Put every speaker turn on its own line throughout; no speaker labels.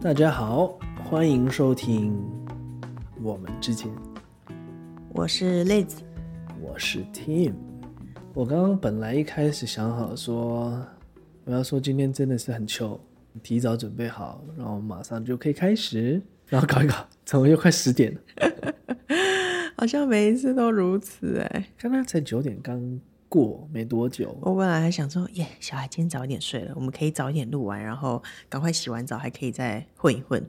大家好，欢迎收听我们之间，
我是 Liz，
我是 Tim。我刚刚本来一开始想好说，我要说今天真的是很糗，提早准备好，然后马上就可以开始，然后搞一搞，怎么又快十点了？
好像每一次都如此哎、
刚刚才九点刚过没多久，
我本来还想说，耶，小孩今天早一点睡了，我们可以早一点录完，然后赶快洗完澡，还可以再混一混。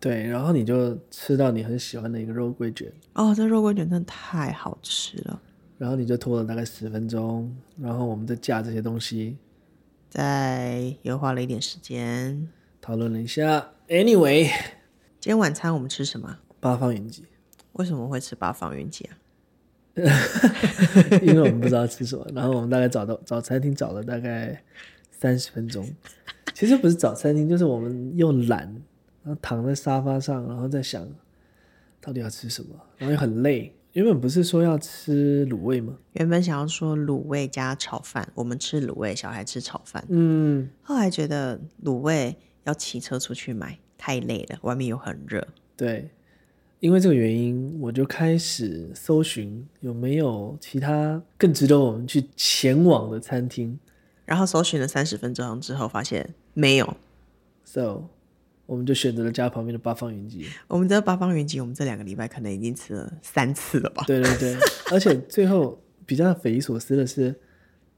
对，然后你就吃到你很喜欢的一个肉桂卷，
哦，这肉桂卷真的太好吃了，
然后你就拖了大概十分钟，然后我们就架这些东西
在又花了一点时间。
讨论了一下。Anyway，
今天晚餐我们吃什么？
八方云集。
为什么会吃八方云集啊？
因为我们不知道吃什么，然后我们大概找到找餐厅找了大概三十分钟，其实不是找餐厅，就是我们又懒，然后躺在沙发上，然后在想到底要吃什么，然后又很累。原本不是说要吃卤味吗？
原本想要说卤味加炒饭，我们吃卤味，小孩吃炒饭。
嗯，
后来觉得卤味要骑车出去买太累了，外面又很热。
对，因为这个原因，我就开始搜寻有没有其他更值得我们去前往的餐厅。
然后搜寻了三十分钟之后，发现没有。
So，我们就选择了家旁边的八方云集。
我们这八方云集，我们这两个礼拜可能已经吃了三次了吧？
对对对，而且最后比较匪夷所思的是，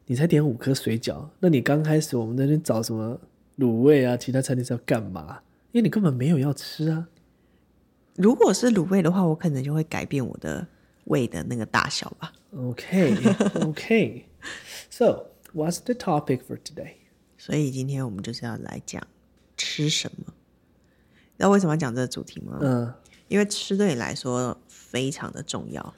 你才点五颗水饺，那你刚开始我们在那边找什么卤味啊，其他餐厅是要干嘛？因为你根本没有要吃啊。
如果是卤味的话，我可能就会改变我的胃的那个大小吧。
OK OK，so what's the topic for today？
所以今天我们就是要来讲吃什么。知道为什么要讲这个主题吗？
嗯，
因为吃对你来说非常的重要。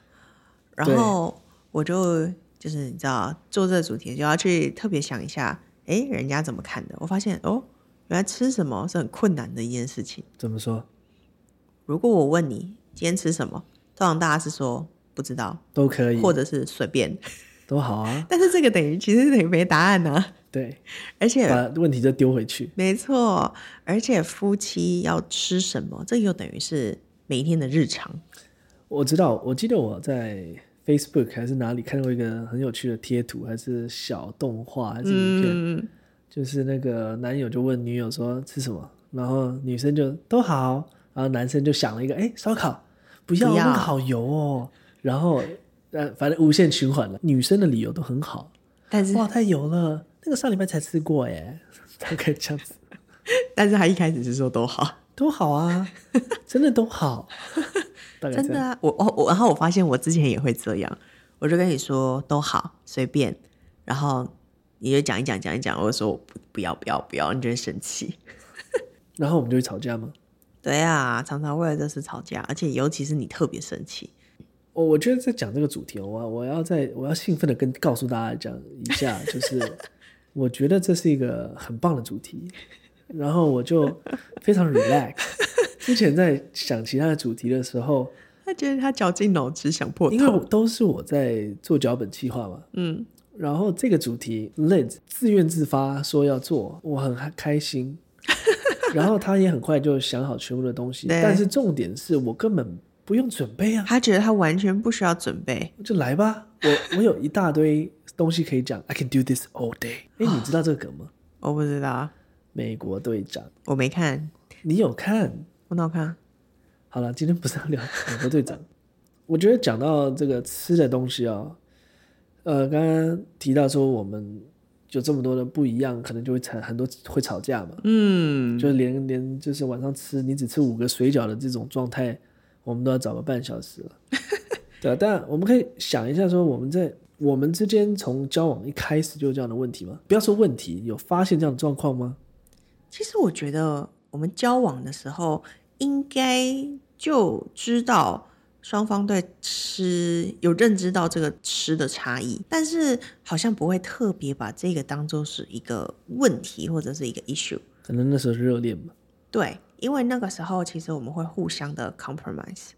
然
对
后我就就是你知道做这个主题就要去特别想一下，诶，人家怎么看的？我发现哦，原来吃什么是很困难的一件事情。
怎么说
如果我问你今天吃什么，通常大家是说不知道，
都可以，
或者是随便。
都好啊。
但是这个等于其实等于没答案啊，
对，
而且
把问题再丢回去。
没错，而且夫妻要吃什么，这又等于是每一天的日常。
我知道，我记得我在 Facebook 还是哪里看到一个很有趣的贴图，还是小动画，还是影片。
嗯，
就是那个男友就问女友说吃什么，然后女生就都好，然后男生就想了一个，哎，烧烤不要
不要
那个好油哦，然后呃，反正无限循环了。女生的理由都很好，
但是
哇，太油了，那个上礼拜才吃过耶，大概这样子，
但是他一开始是说 都好，
都好啊，真的都 好，大概
真
这
的
样。
啊。我哦我，然后我发现我之前也会这样，我就跟你说都好随便，然后你就讲一讲讲一讲，我就说我不不要不要不要，你就会生气。
然后我们就会吵架吗？
对啊，常常为了这事吵架，而且尤其是你特别生气。
哦我我觉得在讲这个主题哦，我我要在我要兴奋的跟告诉大家讲一下，就是我觉得这是一个很棒的主题，然后我就非常 relax。之前在想其他的主题的时候，
他觉得他绞尽脑汁想破
因为
头，
我都是我在做脚本企划嘛，
嗯，
然后这个主题 Liz 自愿自发说要做，我很开心。然后他也很快就想好全部的东西，
对
但是重点是我根本不用准备啊。
他觉得他完全不需要准备。
就来吧，我我有一大堆东西可以讲，I can do this all day。哎，你知道这个梗吗？
我不知道，
美国队长，
我没看，
你有看？
我哪有看？
好了，今天不是要聊美国队长。我觉得讲到这个吃的东西哦，呃，刚刚提到说我们有这么多的不一样，可能就会产很多会吵架嘛。
嗯，
就连连就是晚上吃你只吃五个水饺的这种状态，我们都要找个半小时了。 对啊，但我们可以想一下，说我们在我们之间从交往一开始就有这样的问题吗？不要说问题，有发现这样的状况吗？
其实我觉得我们交往的时候应该就知道双方对吃有认知到这个吃的差异，但是好像不会特别把这个当做是一个问题或者是一个 issue。
可能那时候是热恋吧。
对，因为那个时候其实我们会互相的 compromise。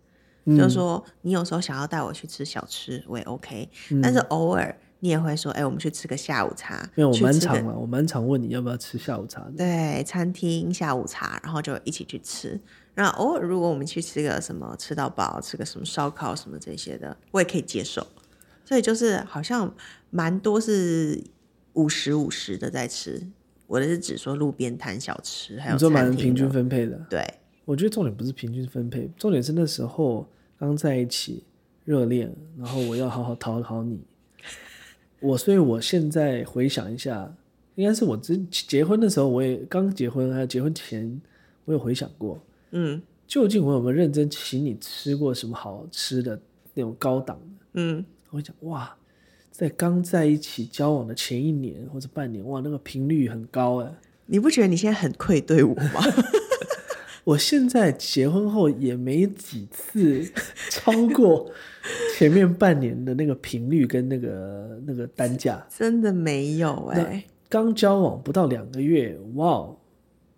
嗯
就是说你有时候想要带我去吃小吃，我也 OK，、但是偶尔你也会说，哎、我们去吃个下午茶，
嗯因为我
去
蛮
吃个
常嘛，啊我蛮常问你要不要吃下午茶的。
对，餐厅下午茶，然后就一起去吃。那偶尔如果我们去吃个什么吃到饱，吃个什么烧烤什么这些的，我也可以接受。所以就是好像蛮多是五十五十的在吃，我的是指说路边摊小吃，还有
你说
餐
蛮
厅
平均
的。
分配的，
对
我觉得重点不是平均分配，重点是那时候刚在一起热恋，然后我要好好讨好你。我所以我现在回想一下，应该是我之结婚的时候，我也刚结婚，还有结婚前，我有回想过，
嗯
究竟我有没有认真请你吃过什么好吃的那种高档的？
嗯，
我会讲哇，在刚在一起交往的前一年或者半年，哇，那个频率很高哎。
你不觉得你现在很愧对我吗？
我现在结婚后也没几 次超过前面半年的那个频率跟那个那个单价。
真的没有哎、
那刚交往不到两个月，哇哦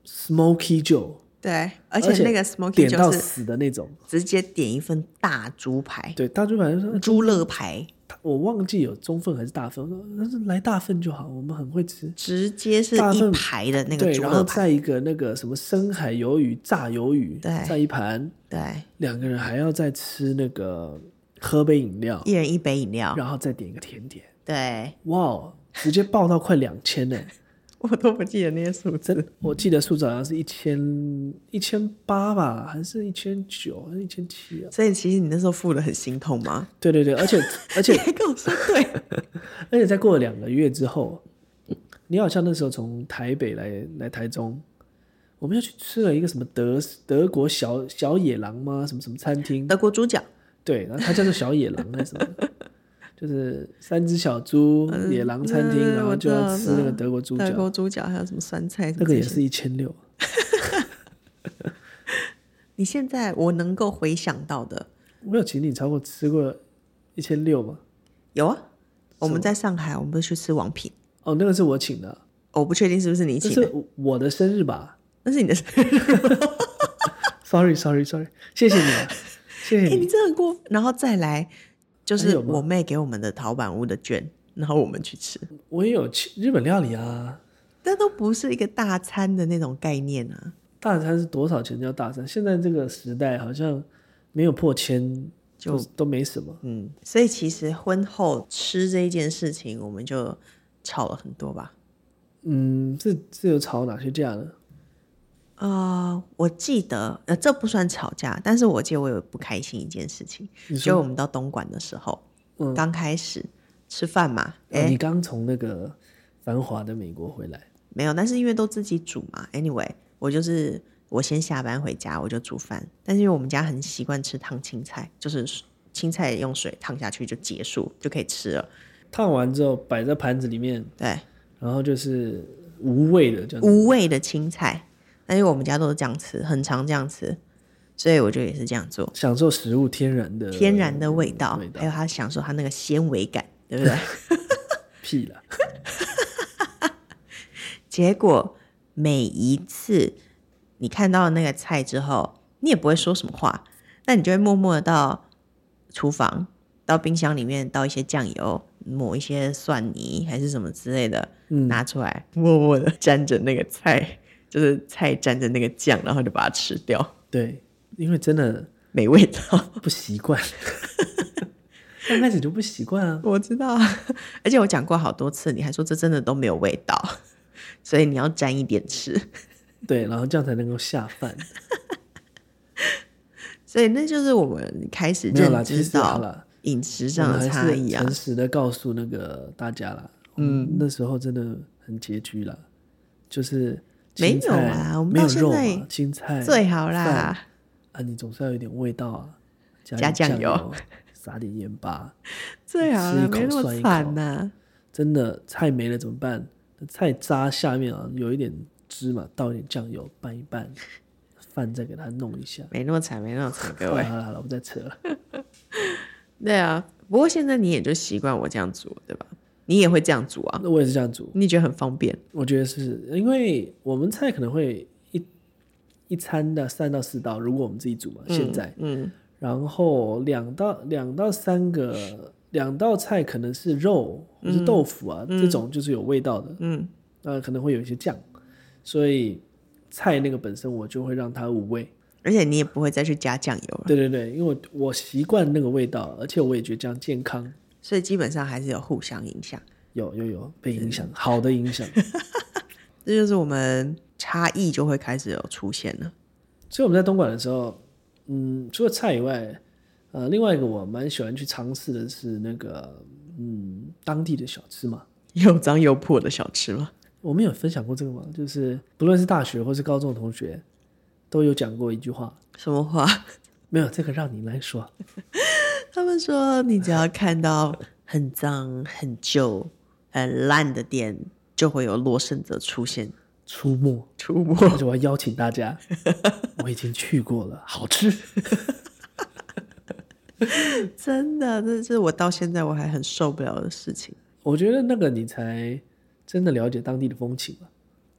，Smoky Joe，
对，而
而
且
且
那个 smoky
点到
就是
死的那种。
直接点一份大猪排、
对，大猪反正说
猪肋排，
他我忘记有中份还是大份，我说那是来大份就好，我们很会吃。
直接是
大
一
份
排的那个
对，
猪
然
肋
后
排，
再一个那个什么深海鱿鱼、炸鱿鱼，
对
再一盘，
对，
两个人还要再吃那个喝杯饮料，
一人一杯饮料，
然后再点一个甜点。
对
哇哦，直接爆到快两千 呢！
我都不记得那些数字，
我记得数字好像是一千一千八吧，还是一千九，还是一千七啊？
所以其实你那时候付的很心痛 吗？
对对对，而且 而且
还跟我说对，
而且，在过了两个月之后，你好像那时候从台北来来台中，我们就去吃了一个什么德德国小小野狼吗？什么什么餐厅？
德国猪脚，
对，然后它叫做小野狼还是什 么？就是三只小猪野狼餐厅，
嗯
然后就
我知
要
道
吃那个德国猪
德
脚，
国猪脚还有什么酸菜什
那
么
个
这
也
些。
是一千六。
你现在我能够回想到的
我有请你超过吃过一千六吗？
有啊，我们在上海，我们不是去吃王品，
哦，那个是我请的，
我不确定是不是你
这
请的，
是我的生日吧
那是你的生日，
？Sorry Sorry Sorry，谢谢 你，啊，谢
哎、
谢你。
你真的很过分，然后再来就
还
是
有吗
我妹给我们的陶板屋的券，然后我们去吃，
我也有请日本料理啊，
但都不是一个大餐的那种概念啊。
大餐是多少钱叫大餐？现在这个时代好像没有破千，
就
就都没什么。
嗯，所以其实婚后吃这一件事情，我们就吵了很多吧。
嗯，这这有炒哪些价呢？
啊、我记得，呃，这不算吵架，但是我记得我有不开心一件事情，
你
就我们到东莞的时候，
嗯
刚开始吃饭嘛，哎、
哦你刚从那个繁华的美国回来，
没有，但是因为都自己煮嘛。Anyway，我就是我先下班回家，我就煮饭。但是因为我们家很习惯吃烫青菜，就是青菜用水烫下去就结束，就可以吃了。
烫完之后摆在盘子里面，
对，
然后就是无味的，这样子
无味的青菜。但因为我们家都是这样吃，很常这样吃，所以我就也是这样做，
享受食物天然的
天然的味道，
呃味道
还有他享受它那个纤维感，对不对？
屁了。
结果每一次你看到那个菜之后，你也不会说什么话，那你就会默默的到厨房、到冰箱里面倒一些酱油、抹一些蒜泥还是什么之类的，
嗯
拿出来默默的沾着那个菜，就是菜沾着那个酱，然后就把它吃掉，
对，因为真的
没味道。
不习惯，刚开始就不习惯啊。
我知道啊，而且我讲过好多次，你还说这真的都没有味道， 所以你要沾一点吃。
对，然后这样才能够下饭。
所以那就是我们开始
没有啦，
认
其
知
实好
到
啦，
饮食
我
上
们
的
还
差
是
异啊
诚。实的告诉那个大家啦，嗯，那时候真的很拮据啦，就是
没
青
有
菜
啊我们
没有
到现
肉
在
嘛，青菜
最好
饭
啦，
啊，你总是要有点味道啊，
加
加点
酱油
油，撒点盐巴，
最好
吃
啦
一，口
没那
算
么
一口
惨呐、
真的菜没了怎么办？菜渣下面啊有一点芝麻，倒一点酱油拌一拌， 饭再给它弄一下。
没那么惨，没那欸么惨，各
好了
位。
好了好了，我不再扯 了。
对啊，不过现在你也就习惯我这样煮，对吧？你也会这样煮啊，
那我也是这样煮，
你也觉得很方便。
我觉得是因为我们菜可能会一一餐的三到四道，嗯如果我们自己煮嘛，现在，
嗯，
然后两到两到三个两道菜可能是肉或是豆腐啊，这种就是有味道的，
嗯，
那可能会有一些酱，所以菜那个本身我就会让它无味。
而且你也不会再去加酱油了，
对对对，因为我我习惯那个味道，而且我也觉得这样健康，
所以基本上还是有互相影响。
有有有被影响，好的影 响。
这就是我们差异就会开始有出现了。
所以我们在东莞的时候，嗯，除了菜以外，呃，另外一个我蛮喜欢去尝试的是那个，嗯，当地的小吃嘛。
又脏又破的小吃吗？
我们有分享过这个吗？就是不论是大学或是高中的同学，都有讲过一句话，
什么话？
没有这个让你来说，
他们说你只要看到很脏、很旧、很烂的店，就会有洛圣者出现
出没。
出没。
而且我要邀请大家，我已经去过了，好吃。
真的，这是我到现在我还很受不了的事情。
我觉得那个你才真的了解当地的风情吧。啊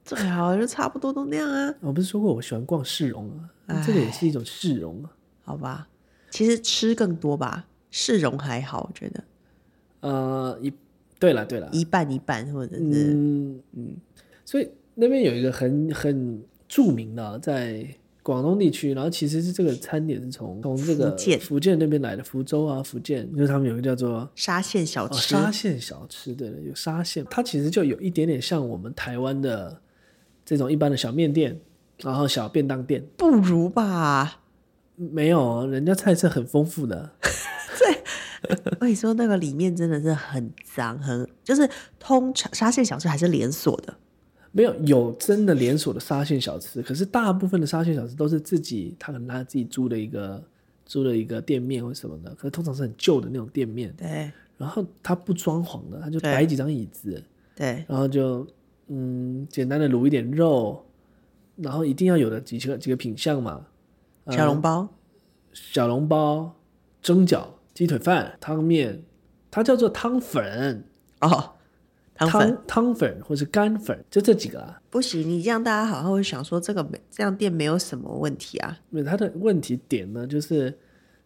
最好就差不多都那样啊，
我不是说过我喜欢逛市容啊，这个也是一种市容啊。
好吧？其实吃更多吧，市容还好，我觉得
呃，一对了对了，
一半一半，或者是
嗯嗯，所以那边有一个很很著名的啊、在广东地区，然后其实是这个餐点是从从这个
福建
那边来的，福州啊，福建，就是他们有一个叫做。
沙县小
哦，
吃。
沙县小吃，对对，有沙县，它其实就有一点点像我们台湾的这种一般的小面店，然后小便当店，
不如吧？
没有哦，人家菜色很丰富的，
我跟你说，那个里面真的是很脏，很就是通常沙县小吃还是连锁的，
没有有真的连锁的沙县小吃，可是大部分的沙县小吃都是自己，他可能他自己租的一个租的一个店面或什么的，可是通常是很旧的那种店面，
对
然后他不装潢的，他就
对
摆几张椅子，
对，
然后就嗯简单的卤一点肉，然后一定要有的几个几个品相嘛，呃
小笼包、
小笼包、蒸饺、鸡腿饭、汤面，它叫做汤粉、
哦，汤粉
汤汤粉或是干粉，就这几个啊。
不行，你这样大家好像会想说这个没这样店没有什么问题啊，
那它的问题点呢，就是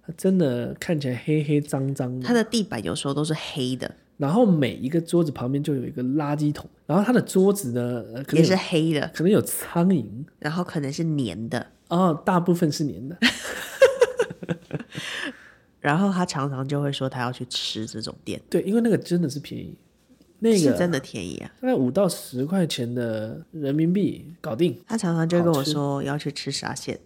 它真的看起来黑黑脏脏的，
它的地板有时候都是黑的，
然后每一个桌子旁边就有一个垃圾桶，然后它的桌子呢，呃、可
也
能
是
有
黑的，
可能有苍蝇
然后可能是粘的，
哦，大部分是粘的。
然后他常常就会说他要去吃这种店，
对，因为那个真的是便宜，那
是
个
真的便宜啊。
大概五到十块钱的人民币搞定。
他常常就会跟
好
我
吃
说要去吃沙县，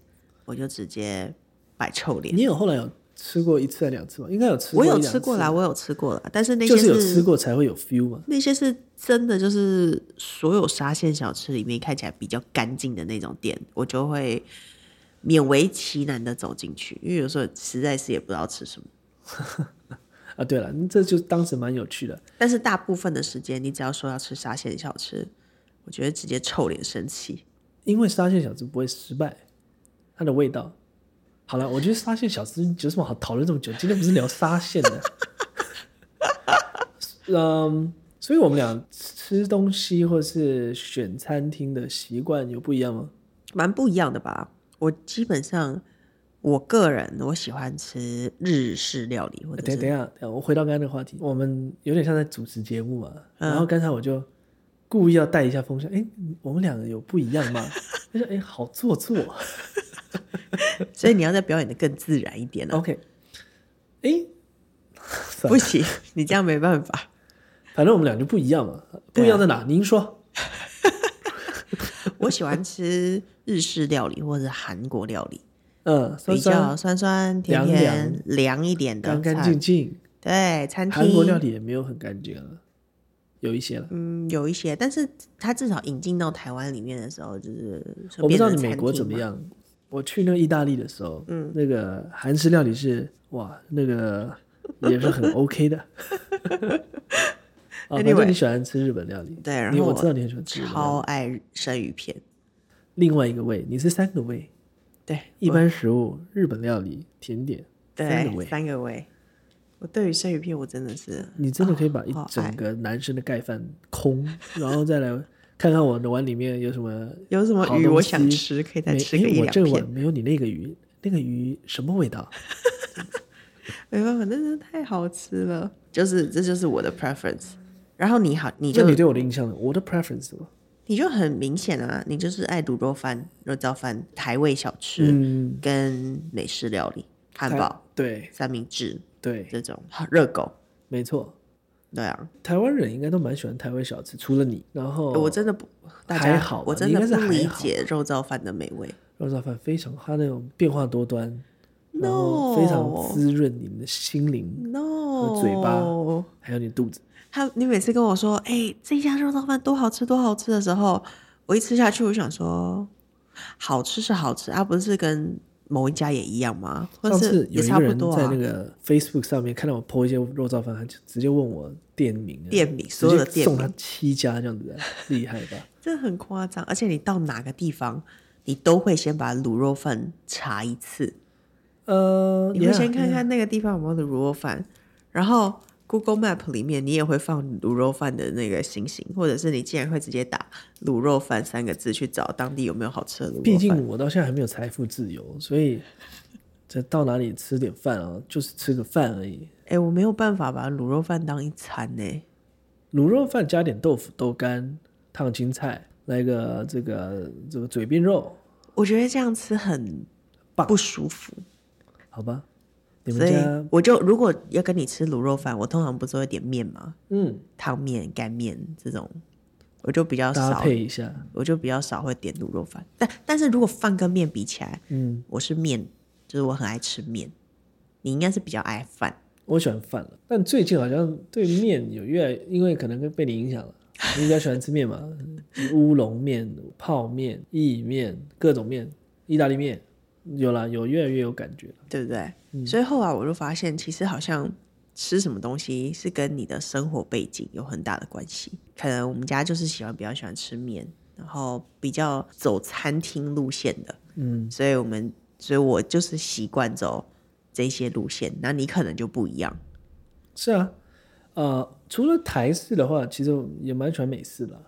我就直接摆臭脸。
你有后来有吃过一次还两次吗？应该有吃过
我
一
有
两次，
吃过啦，我有吃过啦，但是那些
就是是有吃过才会有 feel 嘛。
那些是真的，就是所有沙县小吃里面看起来比较干净的那种店，我就会勉为其难的走进去，因为有时候实在是也不知道吃什么。
啊，对了，这就当时蛮有趣的。
但是大部分的时间，你只要说要吃沙县小吃，我觉得直接臭脸生气。
因为沙县小吃不会失败，它的味道。好了，我觉得沙县小吃有什么好讨论这么久？今天不是聊沙县的。 嗯，所以我们俩吃东西或是选餐厅的习惯有不一样吗？
蛮不一样的吧？我基本上，我个人我喜欢吃日式料理，或
呃
者
等
是
等一下，等一下，我回到刚才那个话题，我们有点像在主持节目嘛。然后刚才我就故意要带一下风向，哎，我们两个有不一样吗？他说，哎，好做作。
所以你要再表演的更自然一点了、
OK，哎， 算
不
了
行，你这样没办法。
反正我们俩就不一样嘛，不一样在
啊
哪？您说，
我喜欢吃日式料理或者韩国料理，
嗯，酸
比较
酸
酸酸甜
凉
甜、凉一点的
干
餐，
干净净。
对，餐厅
韩国料理也没有很干净啊，有一些了。
嗯，有一些，但是它至少引进到台湾里面的时候，就是
我不知道你
变成
美国
餐
怎
厅
么
嘛，
样。我去那个意大利的时候，嗯，那个韩式料理是哇，那个也是很 OK 的。啊，反
Anyway
正你喜欢吃日本料理，
对然
因为
后
我
我
知道你很喜欢吃日本料理。
超爱生鱼片，
另外一个味，你是三个味，
对，
一般食物、日本料理、甜点，三个
对，
味。
三个味。我对于生鱼片，我真的是
你真的可以把一
哦好爱哎
整个男生的盖饭空，然后再来看看我的碗里面有什么
有什么
好
鱼
东
我想
西
吃，可以再
没
吃
诶
个一
我
两
这
片
碗。没有你那个鱼，那个鱼什么味道？
没办法，真的太好吃了。就是这就是我的 preference。然后你好，你
那
就
你对我的印象呢？我的 preference 是什么？
你就很明显啊，你就是爱卤肉饭、肉燥饭、台味小吃、
嗯，
跟美式料理、汉
台
堡、
对
三明治
对，
这种好热狗。
没错，
对啊，
台湾人应该都蛮喜欢台湾小吃，除了你，然后
我真的不，大
哦还
家
好吧
我真
你应
的
该是
不理
还好
解肉燥饭的美味。
肉燥饭非常它那种变化多端，然后非常
No
滋润你们的心灵，
No，
嘴巴还有你肚子。
他，你每次跟我说，哎、这家肉燥饭多好吃，多好吃的时候，我一吃下去，我想说，好吃是好吃，啊，不是跟某一家也一样吗？或
上
是
次
也
有一
差
个
不
人
多
在那
啊？
个 Facebook 上面看到我 po 一些肉燥饭，他就直接问我店名啊，
店名
直接
所有的店
送他
名
七家这样子啊，厉害吧？
这很夸张，而且你到哪个地方，你都会先把卤肉饭查一次，
呃，
你会
yeah，
先看
yeah
看那个地方有没有卤肉饭，然后 Google Map 里面你也会放卤肉饭的那个星星，或者是你竟然会直接打“卤肉饭”三个字去找当地有没有好吃的卤肉饭。
毕竟我到现在还没有财富自由，所以这到哪里吃点饭啊，就是吃个饭而已。
哎、我没有办法把卤肉饭当一餐呢、
卤肉饭加点豆腐、豆干、烫青菜，来个这个这个嘴边肉，
我觉得这样吃很
棒
不舒服，
好吧？你
所
们
以
家
我就如果要跟你吃卤肉饭，我通常不是会点面嘛，
嗯，
汤面、干面这种，我就比较
搭
少，
配一下，
我就比较少会点卤肉饭。但但是如果饭跟面比起来，
嗯，
我是面，就是我很爱吃面，你应该是比较爱饭。
我喜欢饭了，但最近好像对面有越来，因为可能跟被你影响了。 你比较喜欢吃面嘛？乌龙面、泡面、意面、各种面、意大利面，有啦，有越来越有感觉了。
对不对？
嗯
所以后来我就发现，其实好像吃什么东西是跟你的生活背景有很大的关系。可能我们家就是喜欢比较喜欢吃面，然后比较走餐厅路线的，
嗯，
所以我们所以我就是习惯走这些路线。那你可能就不一样，
是啊，呃，除了台式的话，其实我也蛮喜欢美式的啊。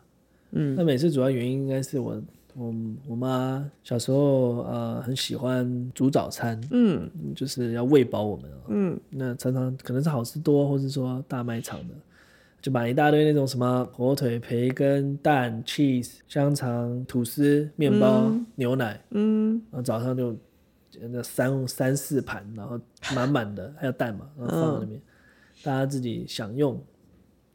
嗯，那美式主要原因应该是我我我妈小时候呃很喜欢煮早餐，
嗯
嗯就是要喂饱我们啊。
嗯，
那常常可能是好事多，或是说大卖场的，就买一大堆那种什么火腿、培根、蛋、cheese、香肠、吐司、面包、牛奶，
嗯，
然后早上就呃那三三四盘，然后满满的，还有蛋嘛，然后放在那边，
嗯
大家自己享用。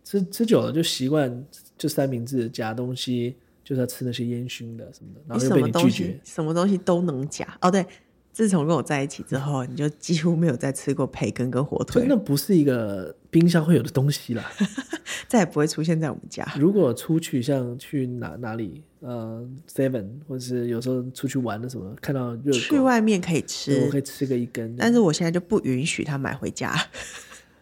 吃吃久了就习惯，就三明治夹东西，就是要吃那些烟熏的什么的，然
你
后又
什
被
么
你拒
东
绝
西。什么东西都能夹。哦，对，自从跟我在一起之后，你就几乎没有再吃过培根跟火
所以
腿，
那不是一个冰箱会有的东西啦。
再也不会出现在我们家。
如果出去像去哪哪里，呃，seven，或者是有时候出去玩的什么，看到热
去
狗，
外面可以吃，
我可以吃个一根。
但是我现在就不允许他买回家。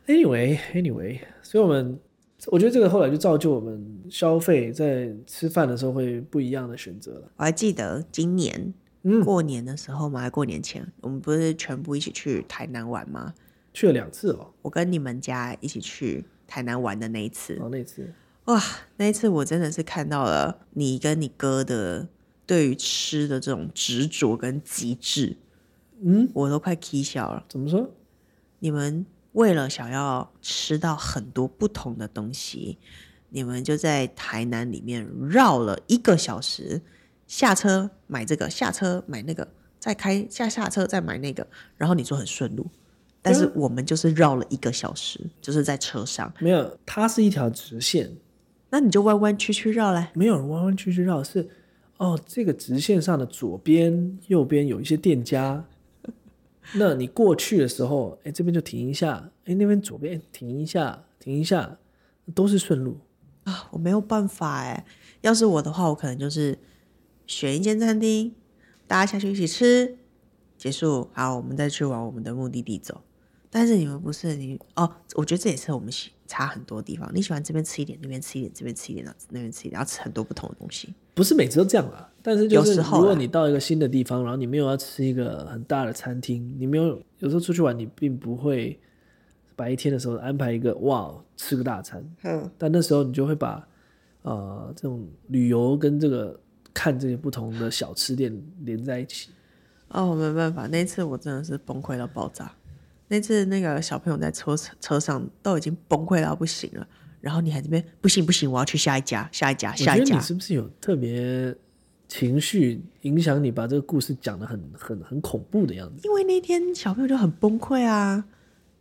Anyway，Anyway，所以我们我觉得这个后来就造就我们消费在吃饭的时候会不一样的选择了。
我还记得今年
嗯
过年的时候嘛，还过年前，我们不是全部一起去台南玩吗？
去了两次哦，
我跟你们家一起去台南玩的那一次
然，后那次
哇，那一次我真的是看到了你跟你哥的对于吃的这种执着跟极致，
嗯，
我都快气笑了。
怎么说？
你们为了想要吃到很多不同的东西，你们就在台南里面绕了一个小时，下车买这个，下车买那个，再开下下车再买那个，然后你说很顺路，但是我们就是绕了一个小时，就是在车上，
没有，它是一条直线，
那你就弯弯曲曲绕来，
没有人弯弯曲曲绕，是哦，这个直线上的左边、右边有一些店家， 那你过去的时候，哎，这边就停一下，哎，那边左边哎停一下，停一下，都是顺路。
啊，我没有办法哎、要是我的话，我可能就是选一间餐厅，大家下去一起吃，结束，好，我们再去往我们的目的地走。但是你们不是你哦，我觉得这也是我们喜差很多地方。你喜欢这边吃一点，那边吃一点，这边吃一点，那边吃一点，然后吃很多不同的东西。
不是每次都这样啦，但是就是
有时
如
候啦
果你到一个新的地方，然后你没有要吃一个很大的餐厅，你没有有时候出去玩，你并不会白天的时候安排一个哇吃个大餐，
嗯，
但那时候你就会把呃这种旅游跟这个看这些不同的小吃店连在一起。
哦，我没办法，那一次我真的是崩溃到爆炸。那次那个小朋友在车车上都已经崩溃到不行了，然后你还这边不行不行，我要去下一家，下一家，
我
啊下
觉
一
得
家
你。是不是有特别情绪影响你把这个故事讲的很很很恐怖的样子？
因为那天小朋友就很崩溃啊，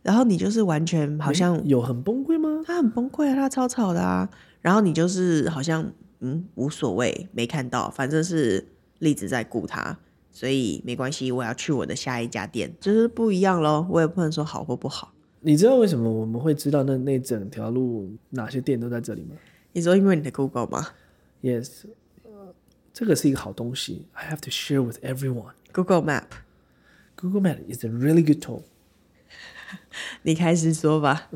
然后你就是完全好像
有很崩溃吗？
他很崩溃啊，他超吵的啊，然后你就是好像嗯无所谓，没看到，反正是栗子在顾他，所以没关系，我要去我的下一家店，就是不一样咯，我也不能说好或不好。
你知道为什么我们会知道那那整条路哪些店都在这里吗
你说因为你的 Google 吗
？Yes，、这呃个是一个好东西。I have to share with everyone.
？Google Map，
Google Map is a really good tool.
你开始说吧，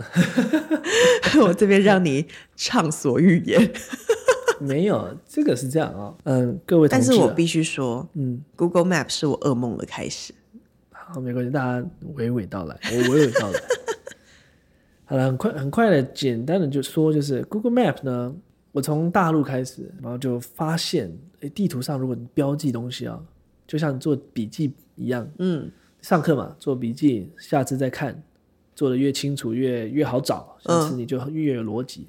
我这边让你畅所欲言，
没有，这个是这样啊、嗯，各位同
但
志、
是
啊，
我必须说
嗯，
，Google Map 是我噩梦的开始。
好，没关系，大家娓娓道来，我娓娓道来。好了，很快很快的，简单的就说，就是 Google Map 呢，我从大陆开始，然后就发现，诶地图上如果你标记东西啊，就像做笔记一样，
嗯，
上课嘛，做笔记，下次再看，做的越清楚越越好找，下次你就越有逻辑。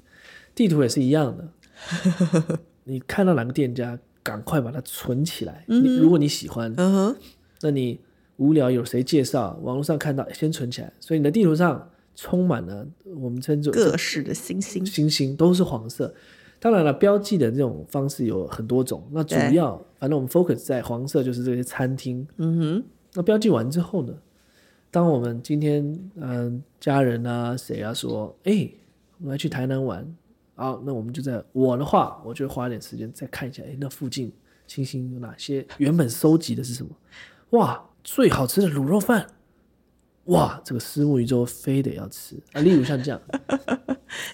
地图也是一样的，你看到哪个店家，赶快把它存起来。你如果你喜欢，
嗯哼，
那你无聊有谁介绍，网络上看到哎先存起来，所以你的地图上充满了我们称作
各式的星星。
星星都是黄色。当然了，标记的这种方式有很多种，那主
对
要反正我们 focus 在黄色就是这些餐厅。
嗯哼，
那标记完之后呢，当我们今天嗯、呃家人啊谁啊说，哎，我们要去台南玩，好，那我们就在我的话，我就花点时间再看一下，哎，那附近星星有哪些？原本收集的是什么？哇，最好吃的卤肉饭。哇，这个虱目鱼粥非得要吃啊！例如像这样，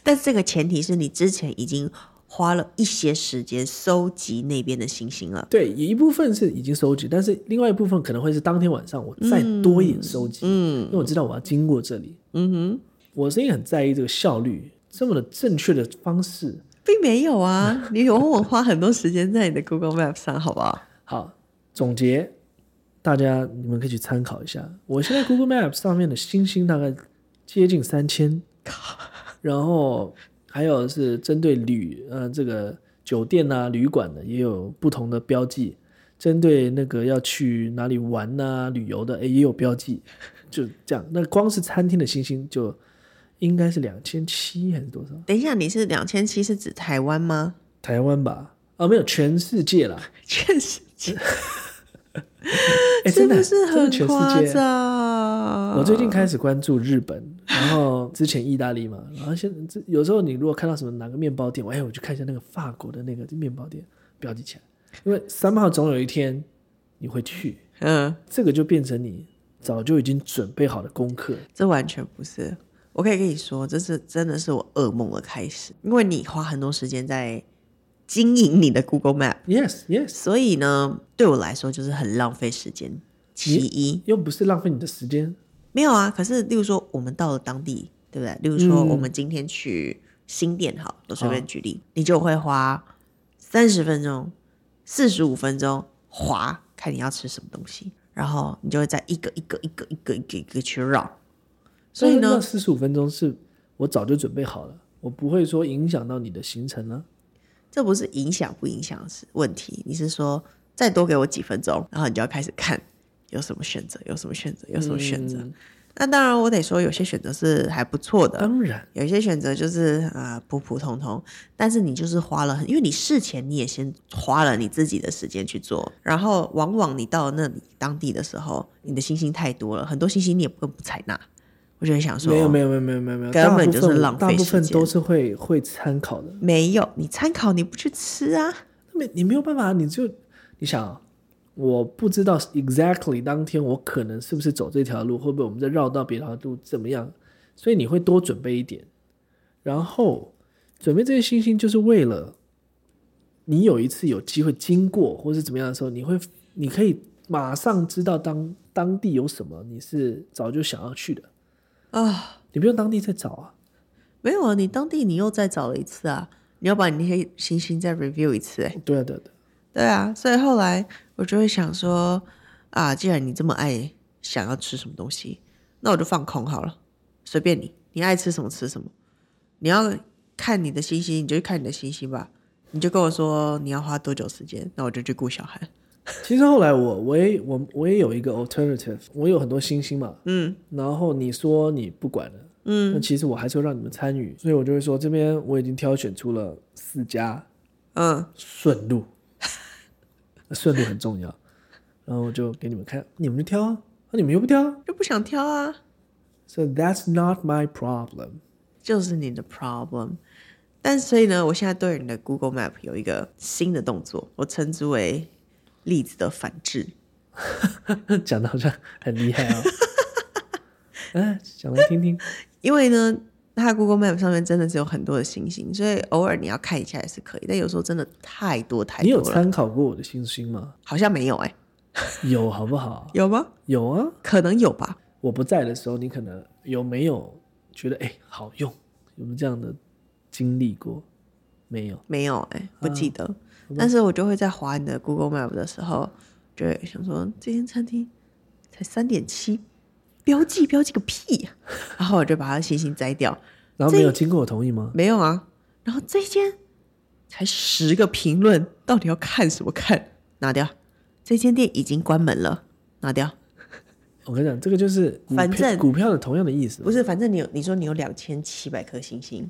但是这个前提是你之前已经花了一些时间收集那边的星星了。
对，一部分是已经收集，但是另外一部分可能会是当天晚上我再多一点收集，因
嗯
为我知道我要经过这里，
嗯哼，
我是一个很在意这个效率，这么的正确的方式。
并没有啊，你有我花很多时间在你的 Google Map 上，好不好？
好，总结，大家你们可以去参考一下。我现在 Google Map 上面的星星大概接近三千，然后还有是针对旅呃这个酒店啊、旅馆的也有不同的标记，针对那个要去哪里玩呐、旅游的诶也有标记，就这样。那光是餐厅的星星就应该是两千七还是多少？
等一下，你是两千七是指台湾吗？
台湾吧？啊，没有，全世界啦。
确实，是
哎、真的
不是
真的
很
全
夸
世界。啊
张？
我最近开始关注日本，然后之前意大利嘛，然后现这有时候你如果看到什么哪个面包店，我哎我去看一下那个法国的那个面包店，标记起来，因为三号总有一天你会去，
嗯，
这个就变成你早就已经准备好的功课。
这完全不是。我可以跟你说，这是真的是我噩梦的开始，因为你花很多时间在经营你的 Google Map。
Yes, yes，
所以呢，对我来说就是很浪费时间。其一
又不是浪费你的时间。
没有啊，可是例如说我们到了当地，对不对？例如说
嗯
我们今天去新店好，我随
好
便举例，你就会花三十分钟、四十五分钟划看你要吃什么东西，然后你就会再一个一个一个一个一个一个去绕。所以呢
四十五分钟是我早就准备好了，我不会说影响到你的行程了。
这不是影响不影响的事问题，你是说再多给我几分钟，然后你就要开始看有什么选择，有什么选择，有什么选
嗯
择。那当然，我得说有些选择是还不错的，
当然，
有些选择就是啊、呃普普通通，但是你就是花了很，因为你事前你也先花了你自己的时间去做，然后往往你到那里当地的时候，你的星星太多了，很多星星你也不不采纳，我就会想说
没有没有没有没有没有没有，
根
大部
本就
分
是
我
浪
大
费
部
时
分
间
都是会会参考的。
没有，你参考你不去吃啊，
没你没有办法，你就你想啊，我不知道 exactly 当天我可能是不是走这条路，会不会我们再绕到别条路怎么样？所以你会多准备一点，然后准备这些星星，就是为了你有一次有机会经过或是怎么样的时候，你会你可以马上知道当当地有什么你是早就想要去的，
啊。
你不用当地再找啊。
没有啊，你当地你又再找了一次啊，你要把你那些星星再 review 一次、欸，
对啊，对啊，对啊
对啊，所以后来我就会想说，啊，既然你这么爱想要吃什么东西，那我就放空好了，随便你，你爱吃什么吃什么。你要看你的星星，你就去看你的星星吧。你就跟我说你要花多久时间，那我就去顾小孩。
其实后来我我也我我也有一个 alternative，我有很多星星嘛，
嗯
然后你说你不管了，
嗯
那其实我还是会让你们参与，所以我就会说这边我已经挑选出了四家
嗯，
顺路， 顺路很重要，然后我就给你们看，你们就挑啊，啊你们又不挑啊
就不想挑啊，
，so that's not my problem。
就是你的 problem。但所以呢，我现在对你的 Google Map 有一个新的动作，我称之为例子的反制。
讲的好像很厉害哦， 哎，讲来听听。
因为呢，它 Google Map 上面真的是有很多的星星，所以偶尔你要看一下也是可以，但有时候真的太多 太
你有
多了，
参考过我的星星吗？
好像没有哎、
有好不好？
有吗？
有啊，
可能有吧。
我不在的时候，你可能有没有觉得哎好用？有没有这样的经历过？没有，
没有哎、
嗯
不记得。但是我就会在滑你的 Google Map 的时候，就会想说这间餐厅才三点七，标记标记个屁呀、 然后我就把它星星摘掉，
然后没有经过我同意吗？
没有啊。然后这间才十个评论，到底要看什么看？拿掉。这间店已经关门了，拿掉。
我跟你讲，这个就是股票
反正
股票的同样的意思
不。是，反正你有你说你有两千七百颗星星，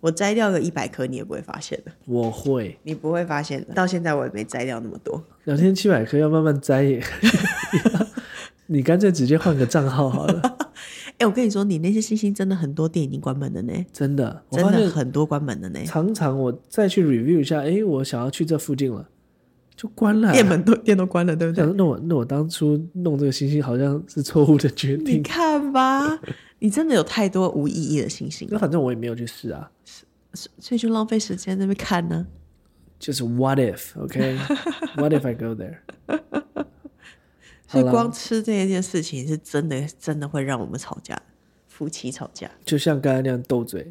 我摘掉个一百颗，你也不会发现的，
我会
你不会发现的。到现在我也没摘掉那么多。
两千七百颗要慢慢摘也， 你干脆直接换个账号好了。
哎、我跟你说，你那些星星真的很多店已经关门了呢，
真的，我
真
发
的
现
很多关门了呢，
常常我再去 review 一下，哎，我想要去这附近了，就关了。
店门都店都关了，对不对？
想说那我那我当初弄这个星星好像是错误的决
你
定。
看吧，你真的有太多无意义的星星
那
了，
反正我也没有去试啊。
所所以就浪费时间在那边看呢、
就是 what if，OK？What、if I go there？
所以
好啦
光吃这一件事情是真的，真的会让我们吵架，夫妻吵架。
就像刚才那样斗嘴。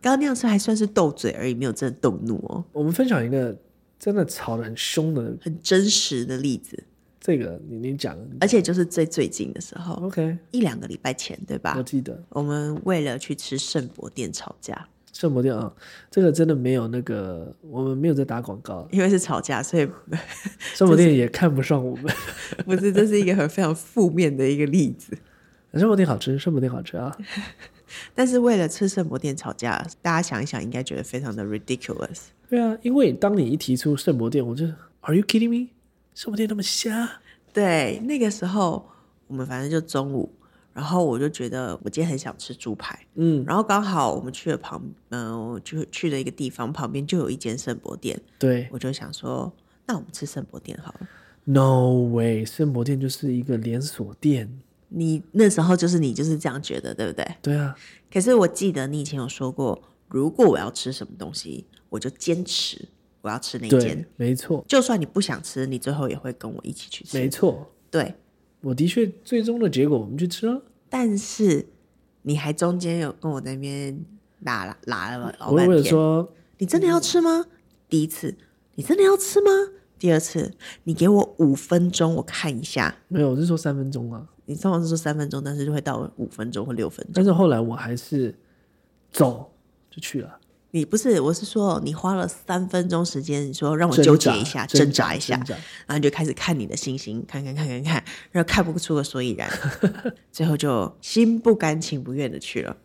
刚刚那样吃还算是斗嘴而已，没有真的动怒哦，
我们分享一个真的吵得很凶的
很真实的例子。
这个，你你讲
而且就是最最近的时候，
，OK？
一两个礼拜前，对吧
我？记得
我们为了去吃圣博店吵架，
圣魔店啊，这个真的没有那个，我们没有在打广告，
因为是吵架，所以
圣魔店也看不上我 们。
不是这是一个很非常负面的一个例子。
圣魔店好吃，圣魔店好吃啊！
但是为了吃圣博店吵架，大家想一想，应该觉得非常的 ridiculous。
对啊，因为当你一提出圣魔店，我就 Are you kidding me？圣魔店那么瞎？
对，那个时候我们反正就中午，然后我就觉得我今天很想吃猪排，
嗯，
然后刚好我们去了旁，嗯、我就去了一个地方，旁边就有一间圣博店，
对
我就想说，那我们吃圣博店好了。
，No way！圣魔店就是一个连锁店。
你那时候就是你就是这样觉得，对不对？
对啊，
可是我记得你以前有说过，如果我要吃什么东西，我就坚持我要吃那一间
对，，没错，
就算你不想吃，你最后也会跟我一起去
没
吃。
错。
对，
我的确，最终的结果我们去吃了。
但是你还中间有跟我那边拉拉拉了老
我
半
为了
天，
说，
你真的要吃吗？第一次，你真的要吃吗？第二次，你给我五分钟，我看一下。
没有，我是说三分钟啊。
你通常是说三分钟，但是就会到五分钟或六分钟。
但是后来我还是走就去了，
你不是，我是说你花了三分钟时间，你说让我
挣
纠
扎
结一下，
挣
挣扎一下
挣，扎
然后你就开始看你的星星，看看看看看，然后看不出个所以 然，最后就心不甘情不愿的去了。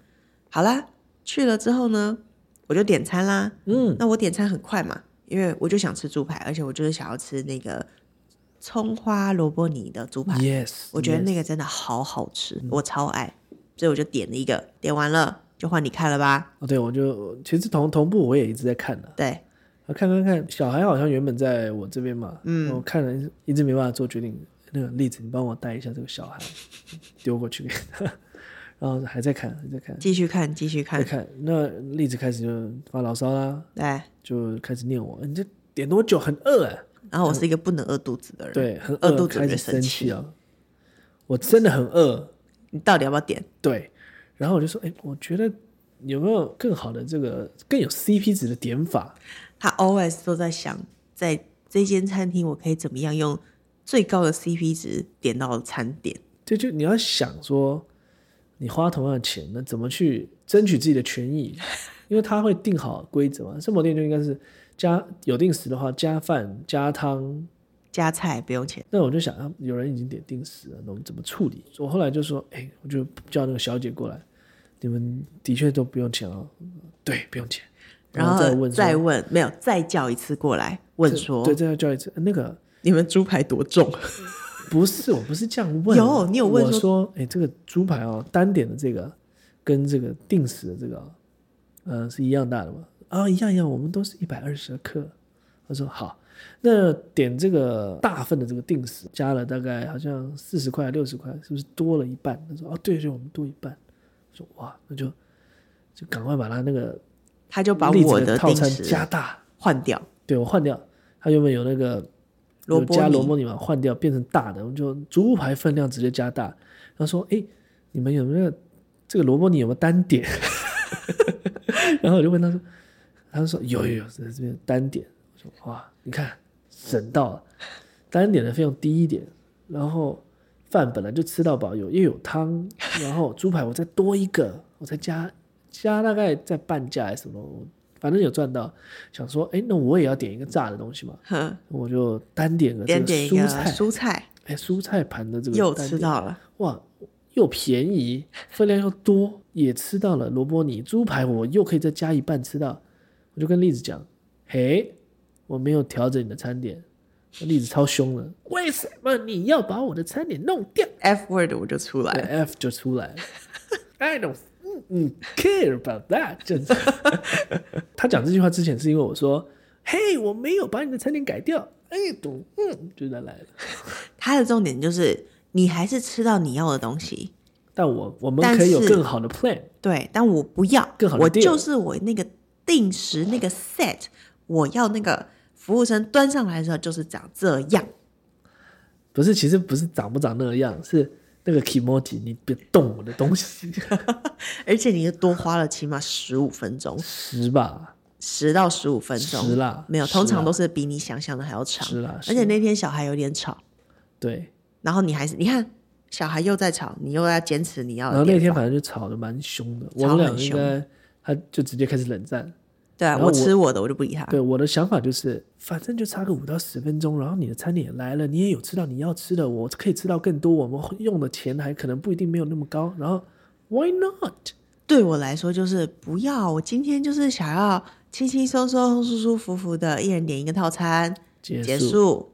好啦，去了之后呢，我就点餐啦。嗯，那我点餐很快嘛，因为我就想吃猪排，而且我就是想要吃那个葱花萝卜泥的猪排。
Yes，嗯
我觉得
yes 嗯
那个真的好好吃，我超爱，所以我就点了一个，点完了就换你看了吧。
哦，对，我就其实同同步我也一直在看的、
对，
啊，看看看，小孩好像原本在我这边嘛，嗯，我看了一直没办法做决定。那个例子，你帮我带一下这个小孩， 丢过去给他， 然后还在看，还在看，
继续看，继续
还在
看，
看。那栗子开始就发牢骚啦，
对。
就开始念我，你这点多久？很饿、啊。
然后我是一个不能饿肚子的人，
对，很
饿肚
饿，
子我
开
就
始
生
生气
气。
啊！我真的很饿，
你到底要不要点？
对。然后我就说，哎，我觉得有没有更好的这个更有 CP 值的点法？
他 always 都在想，在这间餐厅我可以怎么样用最高的 CP 值点到餐点。
就就你要想说，你花同样的钱，那怎么去争取自己的权 益？因为他会定好规则嘛，圣母店就应该是加有定时的话，加饭加汤。
加菜不用钱，
那我就想，啊，有人已经点定时了，那我们怎么处理？我后来就说，哎，我就叫那个小姐过来，你们的确都不用钱哦，对，不用钱。
然
后
后
再问说
再问没有再叫一次过来问说
对，，这要叫一次。那个
你们猪排多重？
不是，我不是这样问。
有你有问
我
说
说，哎，这个猪排哦，单点的这个跟这个定时的这个、哦，呃，是一样大的吗？啊、一样一样，我们都是一百二十克。他说好，那点这个大份的这个定时，加了大概好像四十块六十块，是不是多了一半？他说哦，对对，我们多一半。我说哇，那就就赶快把他那个
他就把
栗子
我
的套
定
餐
时
加大，
换掉，
对我换掉，它原本有那个
萝
有
卜
加萝
泥
卜泥嘛，换掉变成大的，我们就猪排分量直接加大。然后说，哎，你们有没有这个萝卜泥有没有单点？ 然后我就问他说，他就说有有有，在这边单点。我说哇，你看省到了，单点的费用低一点，然后饭本来就吃到饱，有又有汤，然后猪排我再多一个，我再加加大概再半价还是什么，我反正有赚到。想说，哎，那我也要点一个炸的东西嘛，
哼，
我就单点个这
点
个
点一个
蔬菜，
蔬菜
哎，蔬菜盘的这个
又
单
吃
点
到了，
哇，又便宜，分量又多，也吃到了萝卜泥猪排，我又可以再加一半吃到。我就跟栗子讲，嘿，我没有调整你的餐点。栗子超凶了，为什么你要把我的餐点弄掉？
F word 我就出来
那
了，
F 就出来了。I don't 嗯嗯 care about that 这样子。 他讲这句话之前是因为我说，嘿，我没有把你的餐点改掉。哎，懂，嗯，就来来了。
它的重点就是你还是吃到你要的东西，
但我我们
但
可以有
是
更好的 plan，
对，但我不要，
更好的
我
deal
就是我那个定时那个 set，我要那个服务生端上来的时候就是长这样，
不是，其实不是长不长那样，是那个 emoji，你别动我的东西，
而且你就多花了起码十五分钟，
十吧，
十到十五分钟，
十啦
没有，
十
通常
啦
都是比你想象的还要长，
十啦
而
十
且那天小孩有点吵，
对。
然后你还是你看小孩又在吵，你又要坚持你要
然
的
后那
点，
天反正就吵得蛮凶的，我
吵
们俩
很
应
凶
该他就直接开始冷战。
对啊，
然后
我吃我的，我就不理他，
对，我的想法就是，反正就差个五到十分钟，然后你的餐点也来了，你也有吃到你要吃的，我可以吃到更多，我们用的钱还可能不一定没有那么高，然后 why not？
对我来说就是不要，我今天就是想要轻轻松松、舒舒服服的，一人点一个套餐，
结
结束，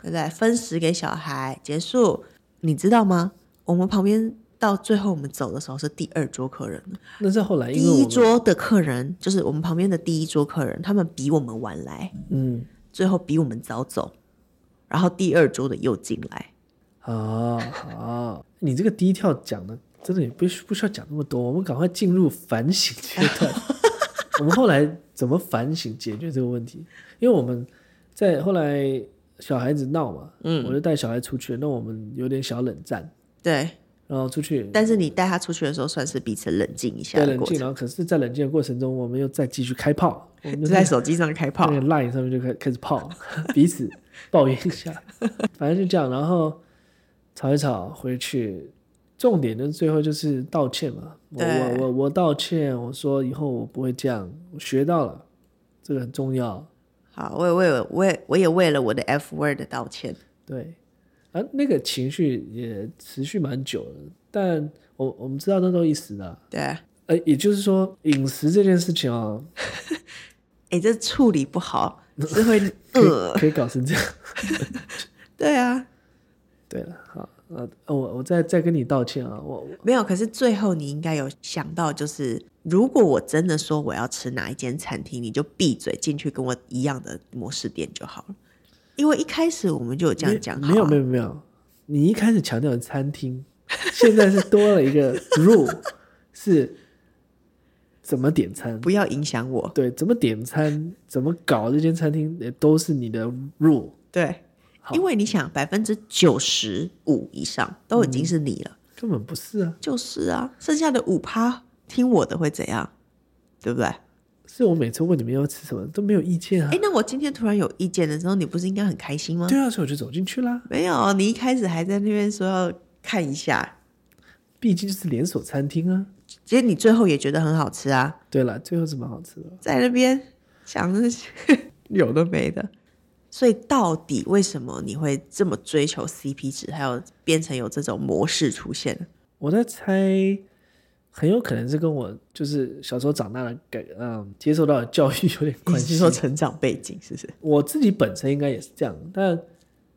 对不对？分食给小孩，结束。你知道吗？我们旁边到最后我们走的时候是第二桌客人，
那是后来因
第
为我
一
们
桌的客人就是我们旁边的第一桌客人，他们比我们晚来，
嗯
最后比我们早走，然后第二桌的又进来，
好好，你这个低调讲的真的也不需不需要讲那么多，我们赶快进入反省阶 段。我们后来怎么反省解决这个问题？因为我们在后来小孩子闹嘛，嗯，我就带小孩出去，那我们有点小冷战，
对。
然后出去
但是你带他出去的时候，算是彼此冷静一下
在嗯
的
冷
过
静，
程，
然后可是，在冷静的过程中，我们又再继续开 炮，我们
就
就
在手机上开炮
那。个 line 上面就开开始炮， 彼此抱怨一 下，反正就这样，然后吵一吵回去，重点就是最后就是道歉嘛，我
对
我我我道歉，我说以后我不会这样，我学到了，这个很重要，
好，我也为了我也我也为了我的 F word 道歉。
对，啊，那个情绪也持续蛮久的，但我我们知道那都一时的啊，
对，哎、
呃，也就是说饮食这件事情哦，
这处理不好是
可
会
以
饿。
可以搞成这样。
对啊，
对了，好，呃，我我再再跟你道歉啊，我
没有。可是最后你应该有想到，就是如果我真的说我要吃哪一间餐厅，你就闭嘴进去跟我一样的模式店就好了。因为一开始我们就有这样讲好、啊，
没有没有没有，你一开始强调的餐厅，现在是多了一个 rule，是 怎么点餐，
不要影响我。
对，怎么点餐，怎么搞这间餐厅，也都是你的 rule。
对，
好
因为你想，百分之九十五以上都已
嗯
经是你了，
根本不是啊，
就是啊，剩下的五趴听我的会怎样？对不对？
是我每次问你们要吃什么都没有意见啊
哎、。那我今天突然有意见的时候，你不是应该很开心吗？
对啊，所以我就走进去啦。
没有，你一开始还在那边说要看一下，
毕竟就是连锁餐厅啊。
其实你最后也觉得很好吃啊，
对了，最后是蛮好吃的。
在那边想那些 有的没的。所以到底为什么你会这么追求 CP 值，还有变成有这种模式出现？
我在猜，很有可能是跟我就是小时候长大的感，嗯，接受到的教育有点
你
关系
是。说成长背景是不是？
我自己本身应该也是这样，但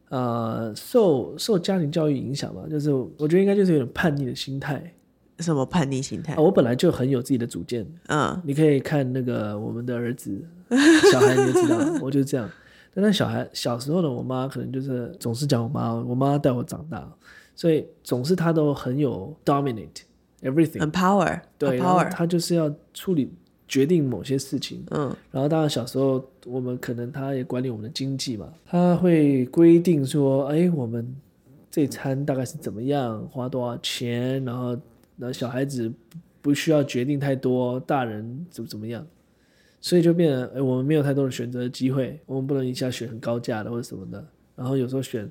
呃，受受家庭教育影响吧，就是我觉得应该就是有点叛逆的心态、
什么叛逆心态
啊。？我本来就很有自己的主见，
嗯，
你可以看那个我们的儿子小孩，你就知道，我就是这样。但那小孩小时候呢，我妈可能就是总是讲我妈，我妈带我长大，所以总是她都很有 dominate everything，
很 power，
对，
很
然后
power，
她就是要处理决定某些事情。
嗯，
然后当然小时候我们可能他也管理我们的经济嘛，他会规定说，哎，我们这餐大概是怎么样，花多少钱，然后然后小孩子不不需要决定太多，大人怎么怎么样，所以就变得，哎，我们没有太多的选择的机会，我们不能一下选很高价的或者什么的，然后有时候选。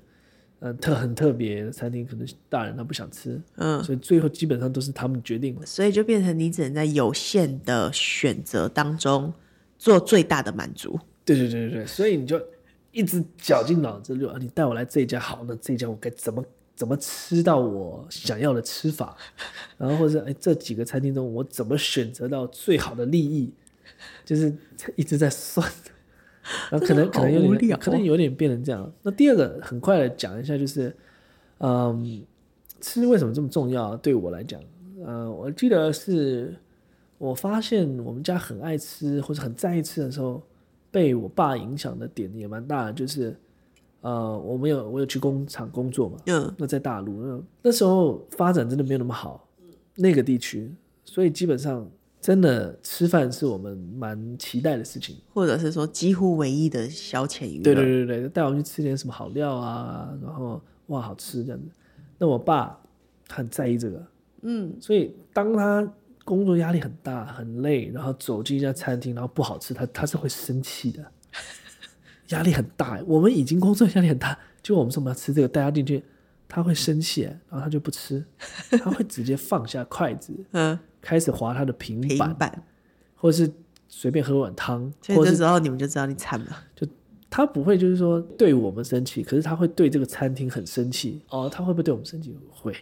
嗯，特很特别的餐厅，可能大人他不想吃，
嗯，
所以最后基本上都是他们决定了。
所以就变成你只能在有限的选择当中做最大的满足。
对对对对对，所以你就一直绞尽脑汁，就啊你带我来这一家好，那这一家我该怎么怎么吃到我想要的吃法，然后或者哎这几个餐厅中我怎么选择到最好的利益，就是一直在 算，然后可能
真
可
的好
能有
无聊
点
哦
可能有点变成这样。那第二个很快的讲一下就是，嗯，吃为什么这么重要？啊对我来讲，呃，我记得是我发现我们家很爱吃或者很在意吃的时候，被我爸影响的点也蛮大的，就是呃，我们有我有去工厂工作嘛，
嗯，
那在大陆那那时候发展真的没有那么好，那个地区，所以基本上真的吃饭是我们蛮期待的事情。
或者是说几乎唯一的消遣娱乐。
对对对对，带我们去吃点什么好料啊，然后哇好吃这样子。那我爸他很在意这个，
嗯，
所以当他工作压力很大、很累，然后走进一家餐厅，然后不好吃，他他是会生气 的，压力很大。我们已经工作压力很大，就我们说我们要吃这个，带他进去，他会生气，然后他就不 吃，他会直接放下筷子，
嗯，
开始划他的平
平
板，
板。
或者是随便喝碗汤，
所以
或者
这
是
时候你们就知道你惨了。
他不会就是说对我们生气，可是他会对这个餐厅很生气。哦，他会不会对我们生气？会。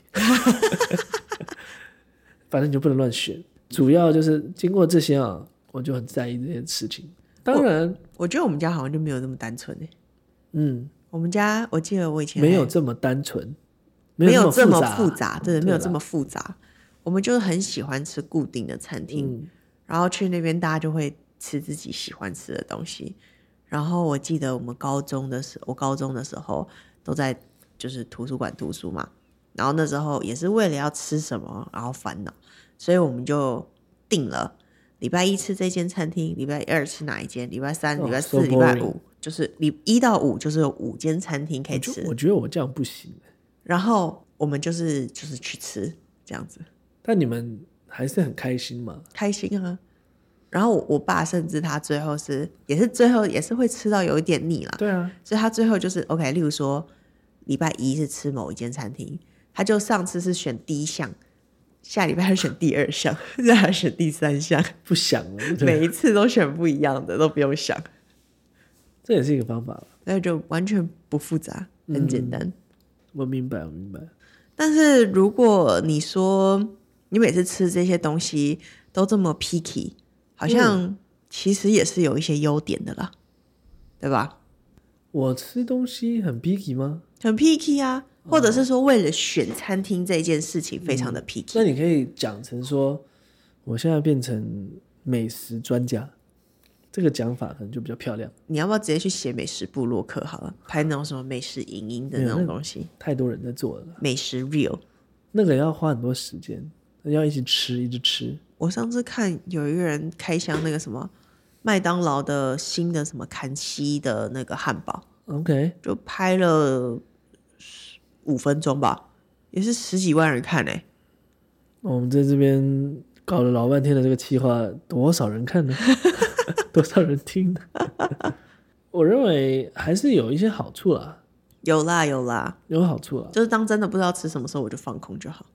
反正你就不能乱选。主要就是经过这些啊，我就很在意这件事情。当然，
我觉得我们家好像就没有那么单纯诶、欸
嗯，
我们家我记得我以前
没有这么单纯，
没有
有
这
么
么
杂嗯
复杂，真的没有这
对啦
么复杂。我们就是很喜欢吃固定的餐厅，
嗯
然后去那边大家就会吃自己喜欢吃的东西。然后我记得我们高中的时我高中的时候都在就是图书馆读书嘛，然后那时候也是为了要吃什么然后烦恼，所以我们就定了礼拜一吃这间餐厅，礼拜二吃哪一间，礼拜三、
哦
礼拜四、
so
礼拜
boring 哦
五，就是礼一到五就是有五间餐厅可以
我觉
吃
得。我觉得我这样不行。
然后我们就是就是去吃这样子，
但你们还是很开心嘛？
开心啊。然后我我爸甚至他最后是也是最后也是会吃到有一点腻啦，
对啊，
所以他最后就是 OK，例如说礼拜一是吃某一间餐厅，他就上次是选第一项，下礼拜他选第二项， 再来选第三项，
不想了， 对不对
每一次都选不一样的，都不用想，
这也是一个方法。
所以就完全不复杂，很简单。
我明白，我明白。
但是如果你说你每次吃这些东西都这么 picky，好像其实也是有一些优点的啦，对吧？
我吃东西很 picky 吗？
很 picky 啊，或者是说为了选餐厅这件事情非常的 picky，、
那你可以讲成说，我现在变成美食专家，这个讲法可能就比较漂亮。
你要不要直接去写美食部落客好了，拍那种什么美食影音的那种东西，
太多人在做了，
美食 real。
那个要花很多时间，要一直吃，一直吃。
我上次看有一个人开箱那个什么麦当劳的新的什么坎西的那个汉堡，
OK，
就拍了十五分钟吧，也是十几万人看哎、
我们在这边搞了老半天的这个计划，多少人看呢？多少人听呢？ 我认为还是有一些好处啦，
有啦有啦，
有好处啦。
就是当真的不知道吃什么时候，我就放空就好。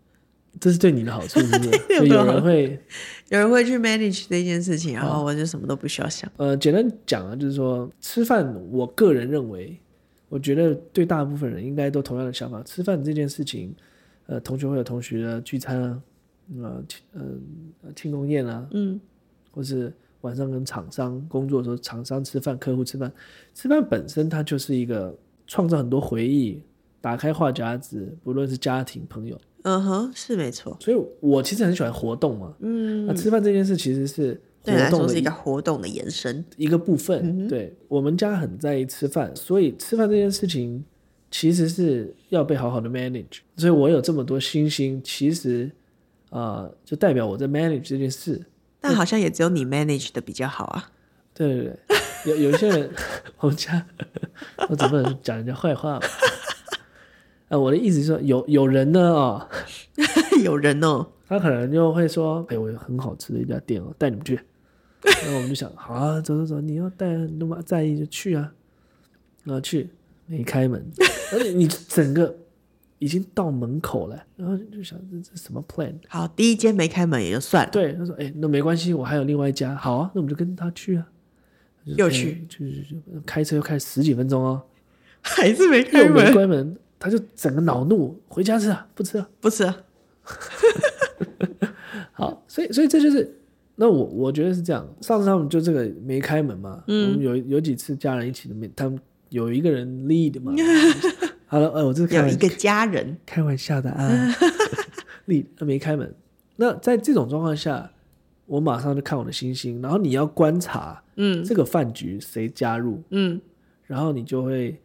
这是对你的好处，是不是？
对
就
我的
有
好
人会
有人会去 manage 这件事情，
嗯
然后我就什么都不需要想。
呃，简单讲啊，就是说吃饭，我个人认为，我觉得对大部分人应该都同样的想法。吃饭这件事情，呃，同学会有同学的聚餐啊，嗯呃，庆呃庆功宴啊，
嗯，
或是晚上跟厂商工作的时候，厂商吃饭、客户吃饭，吃饭本身它就是一个创造很多回忆、打开话匣子，不论是家庭、朋友，
嗯哼，是没错。
所以我其实很喜欢活动嘛。
嗯，
那吃饭这件事其实是活
对你来
动
说
的嗯
是一个活动的延伸。
一个部分。对我们家很在意吃饭，所以吃饭这件事情其实是要被好好的 manage。所以我有这么多星星，其实啊、呃就代表我在 manage 这件事。
但好像也只有你 manage 的比较好啊。
对对对，有有一些人， 我们家我总不能讲人家坏话吧？啊，我的意思是说，有有人呢啊、
有人哦，
他可能就会说：“哎，我有很好吃的一家店哦，带你们去。”然后我们就想：“好啊，走走走，你要带那么在意就去啊。”然后去，没开门，而且你整个已经到门口了，然后就想这这什么 plan？
好，第一间没开门也就算了，
对，他说：“哎，那没关系，我还有另外一家，好啊，那我们就跟他去啊。”他就
又
哎
去
去去去，开车又开十几分钟哦，
还是没
又
开
没
门，
关门，他就整个恼怒，回家吃啊，不吃啊。
不是啊？
好，所以所以这就是，那我我觉得是这样。上次他们就这个没开门嘛，嗯、我们有有几次家人一起的，没他们有一个人 lead 嘛。好了，呃，我这是开
有
玩
一个家人，
开玩笑的啊
嗯
，lead 他没开门。那在这种状况下，我马上就看我的星星，然后你要观察，
嗯，
这个饭局谁加入，
嗯，
然后你就会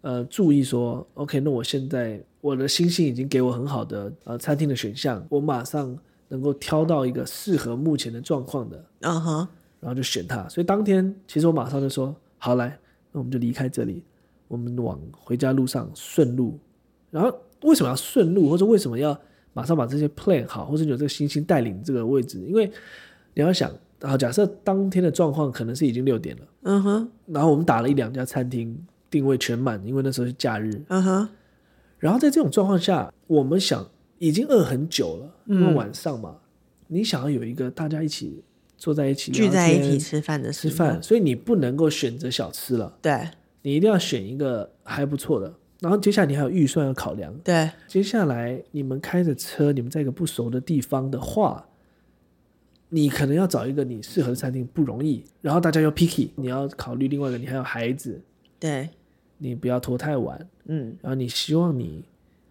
呃注意说，OK，那我现在我的星星已经给我很好的呃餐厅的选项，我马上能够挑到一个适合目前的状况的，
嗯哼，
然后就选它。所以当天其实我马上就说，好来，那我们就离开这里，我们往回家路上顺路。然后为什么要顺路，或者为什么要马上把这些 plan 好，或者有这个星星带领这个位置？因为你要想，好，假设当天的状况可能是已经六点了。
嗯哼，
然后我们打了一两家餐厅，定位全满，因为那时候是假日。
嗯哼，
然后在这种状况下，我们想已经饿很久了，因为晚上嘛，你想要有一个大家一起坐在一起
聚在一
聊
起
天
吃饭的时
吃
候，
饭，所以你不能够选择小吃了，
对
你一定要选一个还不错的。然后接下来你还有预算要考量，
对，
接下来你们开着车，你们在一个不熟的地方的话，你可能要找一个你适合的餐厅不容易，然后大家又 picky，你要考虑另外一个，你还有孩子，
对，
你不要拖太晚，
嗯
然后你希望你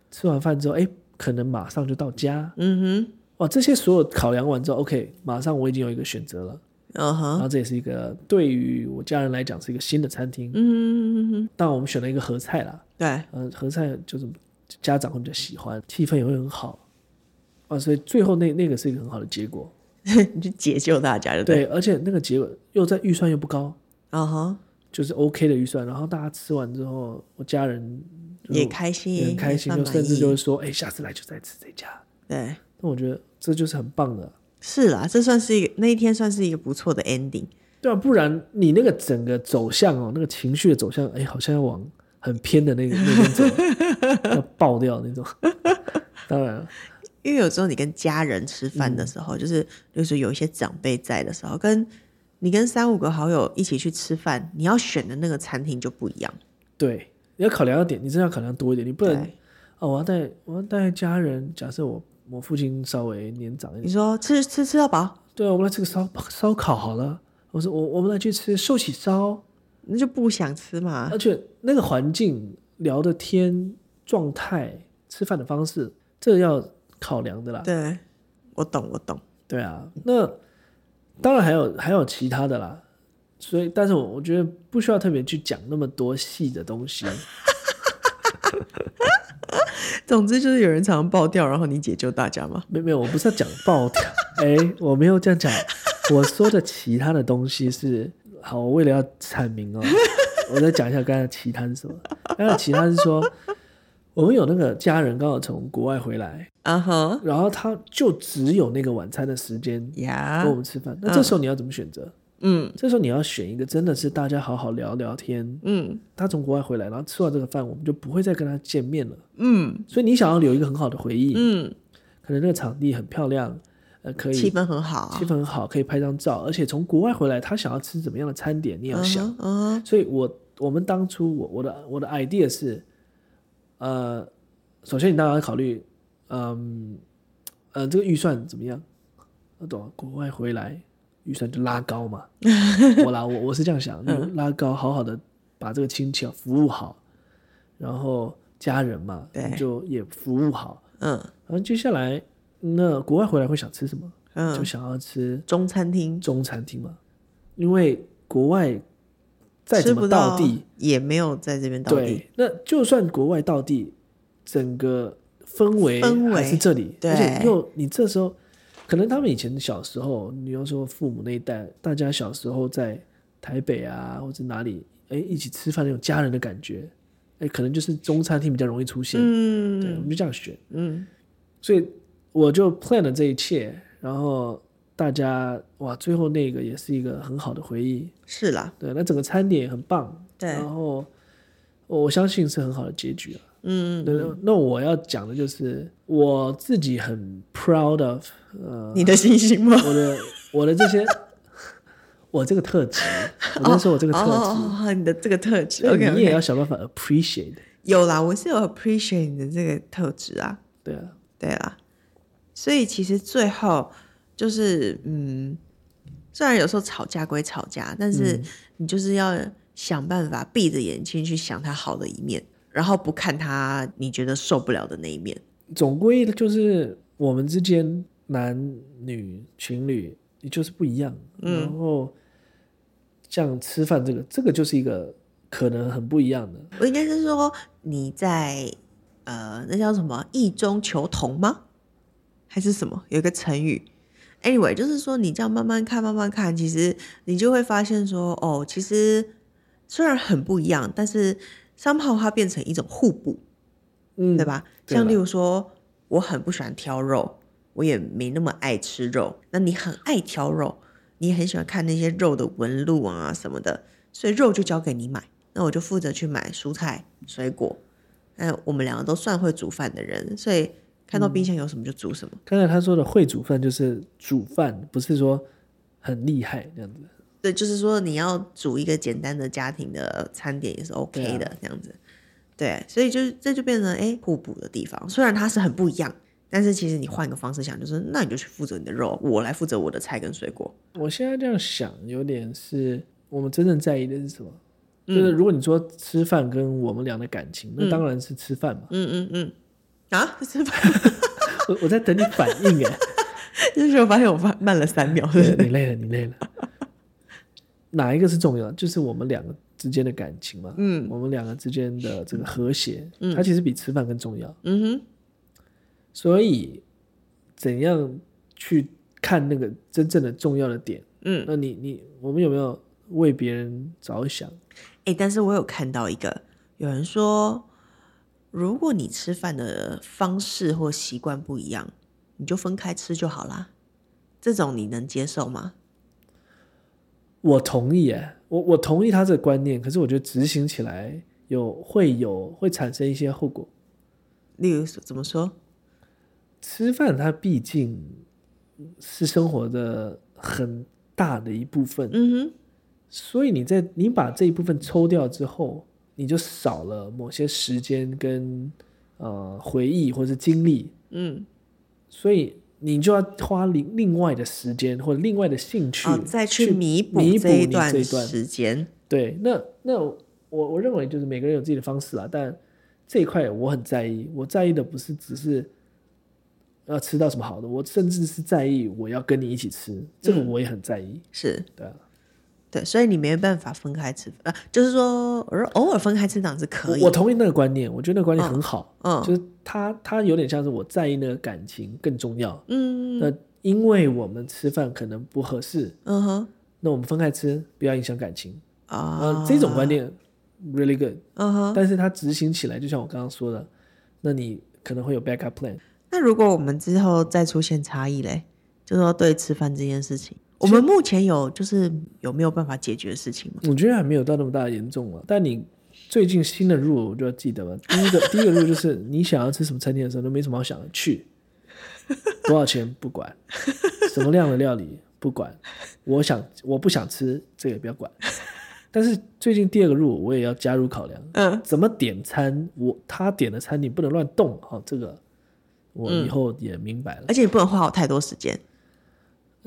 吃完饭之后，哎，可能马上就到家。
嗯哼，
哇，这些所有考量完之后，OK，马上我已经有一个选择了。
嗯
然
哼，
后这也是一个对于我家人来讲是一个新的餐厅。
嗯哼，
当然我们选了一个合菜啦，
对，
嗯、合菜就是家长会比较喜欢，气氛也会很好。啊，所以最后那那个是一个很好的结果。
你就解救大家，就对，
对，而且那个结果又在预算又不高，
嗯哼，
就是 OK 的预算。然后大家吃完之后，我家人就
也开心，
也很开心，
也
就
算
甚至
满意
就是说，哎、下次来就再吃这家。
对，
那我觉得这就是很棒的，
是啦，这算是一个那一天算是一个不错的 ending，
对啊，不然你那个整个走向哦，那个情绪的走向，哎，好像要往很偏的那个那边走， 要爆掉那种。当然了，
因为有时候你跟家人吃饭
嗯
的时候，就是就是有一些长辈在的时候，跟你跟三五个好友一起去吃饭，你要选的那个餐厅就不一样。
对，你要考量一点，你真的要考量多一点，你不能
对，
哦，我要带我要带家人，假设我我父亲稍微年长一
你
点，
说吃吃吃到饱，
对啊，我们来吃个烧烧烤好了。我说我我们来去吃寿喜烧，
那就不想吃嘛。
而且那个环境、聊的天、状态、吃饭的方式，这要考量的啦。
对，我懂，我懂。
对啊，那当然还有还有其他的啦，所以但是我我觉得不需要特别去讲那么多细的东西。
总之就是有人常常爆掉，然后你解救大家嘛。
没没有，我不是要讲爆掉，哎、我没有这样讲，我说的其他的东西是好，我为了要阐明哦，我再讲一下刚才的其他是什么。刚才的其他是说，我们有那个家人刚好从国外回来，
啊哈
然后他就只有那个晚餐的时间
呀
跟我，们吃饭，那这时候你要怎么选择？
嗯
这时候你要选一个真的是大家好好聊聊天。
嗯
他从国外回来，然后吃完这个饭，我们就不会再跟他见面了。
嗯
所以你想要留一个很好的回忆，
嗯，
可可能那个场地很漂亮，呃，可以
气氛很好、啊
气，氛很好，可以拍张照，而且从国外回来，他想要吃怎么样的餐点，你也要想。
嗯哼嗯哼
所以我我们当初我我的我的 idea 是，呃，首先你当然要考虑，嗯，呃，这个预算怎么样？我懂啊，国外回来预算就拉高 嘛。我啦，我我是这样想，
嗯
你拉高，好好的把这个亲戚啊服务好，然后家人嘛，
对
你就也服务好。
嗯
然后接下来，那国外回来会想吃什么？就
嗯，
想要吃
中餐厅
中餐厅嘛，因为国外再
吃
怎
不
么到地，
也没有在这边到地，
对，那就算国外到地，整个氛围
氛围
还是这里，
对
而且又你这时候，可能他们以前小时候，你要说父母那一代，大家小时候在台北啊或者哪里，哎，一起吃饭那种家人的感觉，哎，可能就是中餐厅比较容易出现，对，我
嗯
们就这样选，
嗯，
所以我就 plan 了这一切，然后大家哇，最后那个也是一个很好的回忆，
是啦，
对，那整个餐点也很棒，
对
然后我相信是很好的结局啊。
嗯，
对，那我要讲的就是我自己很 proud of 呃
你的星星吗？
我的我的这些我这个特质，我就说我这个特
哦
质，
哦哦 你的这个特质
所以
，OK
你也
OK，
要想办法 appreciate，
有啦，我是有 appreciate 你的这个特质啊，
对啊，
对啦，所以其实最后就是，嗯，虽然有时候吵架归吵架，但是你就是要想办法闭着眼睛去想他好的一面，然后不看他你觉得受不了的那一面。
总归就是我们之间男女情侣你就是不一样，然后像吃饭这个，这个就是一个可能很不一样的，
我应该是说你在呃，那叫什么“异中求同”吗？还是什么？有一个成语。Anyway，就是说你这样慢慢看，慢慢看，其实你就会发现说，哦，其实虽然很不一样，但是 somehow 它变成一种互补，
嗯，
对？吧？
对
像
啦
例如说，我很不喜欢挑肉，我也没那么爱吃肉。那你很爱挑肉，你也很喜欢看那些肉的纹路啊什么的，所以肉就交给你买，那我就负责去买蔬菜、水果。嗯，我们两个都算会煮饭的人，所以看到
嗯
冰箱有什么就煮什么。
刚才他说的会煮饭就是煮饭，不是说很厉害这样子。
对，就是说你要煮一个简单的家庭的餐点也
啊
是 OK 的、这样子。对，所以就是这就变成哎互补的地方，虽然它是很不一样，但是其实你换个方式想，就是那你就去负责你的肉，我来负责我的菜跟水果。
我现在这样想，有点是我们真正在意的是什么？
嗯
就是如果你说吃饭跟我们俩的感情，那当然是吃饭嘛。
嗯嗯嗯，啊， 是吧？
我我在等你反应哎，
就是我发现我慢慢了三秒，
对你累了，你累了。 哪一个是重要？就是我们两个之间的感情嘛。嗯，我们两个之间的这个和谐，它其实比吃饭更重要。
嗯哼，
所以，怎样去看那个真正的重要的点？
嗯，
那你你我们有没有为别人着想？
哎，但是我有看到一个有人说，如果你吃饭的方式或习惯不一样，你就分开吃就好啦。这种你能接受吗？
我同意哎，我我同意他这个观念，可是我觉得执行起来有会有会产生一些后果。
例如说怎么说？
吃饭它毕竟是生活的很大的一部分，
嗯
所以你在你把这一部分抽掉之后，你就少了某些时间跟呃回忆或是精力，
哼，嗯，
所以你就要花另另外的时间或者另外的兴趣、
哦，再去弥补
弥补
这一
你
段
这一段
时间，
对，那那我我认为就是每个人有自己的方式啦，啊但这一块我很在意，我在意的不是只是要吃到什么好的，我甚至是在意我要跟你一起吃，这
嗯
个我也很在意。
是
对啊，
对，所以你没办法分开吃，呃，就是说偶尔偶尔分开吃档是可以
我我，同意那个观念，我觉得那个观念很好，
嗯
就是他他有点像是我在意那个感情更重要。
嗯
那因为我们吃饭可能不合适，
嗯哼
那我们分开吃，不要影响感情。
啊
呃，，这种观念 really good，
嗯哼。
但是它执行起来，就像我刚刚说的，那你可能会有 backup plan。
那如果我们之后再出现差异嘞，就说对吃饭这件事情，我们目前有就是有没有办法解决的事情吗？
我觉得还没有到那么大的严重了，但你最近新的 rule 我就要记得吧。第一个第一个 rule 就是你想要吃什么餐厅的时候都没什么好想的去，多少钱不管，什么量的料理不管，我想我不想吃这个也不要管。但是最近第二个入我也要加入考量，
嗯，
怎么点餐，我他点的餐你不能乱动哦，这个我以后也明白了。
而且你不能花我太多时间，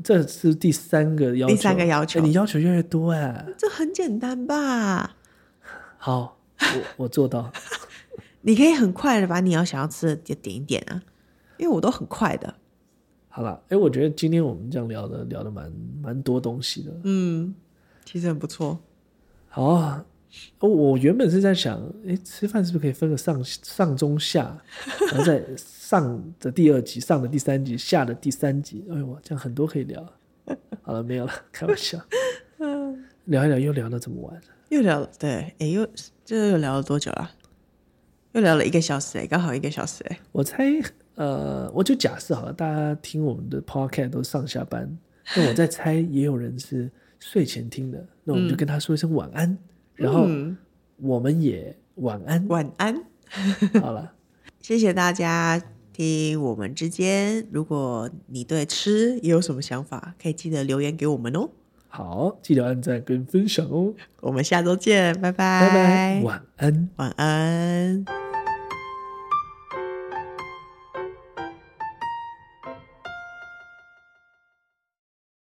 这是第三个要求，
第三个要求
哎你要求越来越多哎。
这很简单吧？
好，我我做到。
你可以很快的把你要想要吃的点点一点啊，因为我都很快的。
好了，哎，我觉得今天我们这样聊的聊的蛮蛮多东西的。
嗯，其实很不错。
好啊，哦我原本是在想，哎，吃饭是不是可以分个上上中 下，然后再上的第二集，上的第三集，下的第三集。哎呦，哇这样很多可以聊。好了，没有了，开玩 笑。聊一聊又聊到这么晚，
又聊了，对，哎、又这又聊了多久了？又聊了一个小时、哎，刚好一个小时、哎，
我猜，呃，我就假设好了，大家听我们的 podcast 都上下班，那我在猜，也有人是睡前听的，那我们就跟他说一声晚安，然后
嗯
我们也晚安。
晚安，
好了，
谢谢大家听我们之间。如果你对吃也有什么想法，可以记得留言给我们哦。
好，记得按赞跟分享哦，
我们下周见，拜
拜
拜，
拜，晚安。
晚安。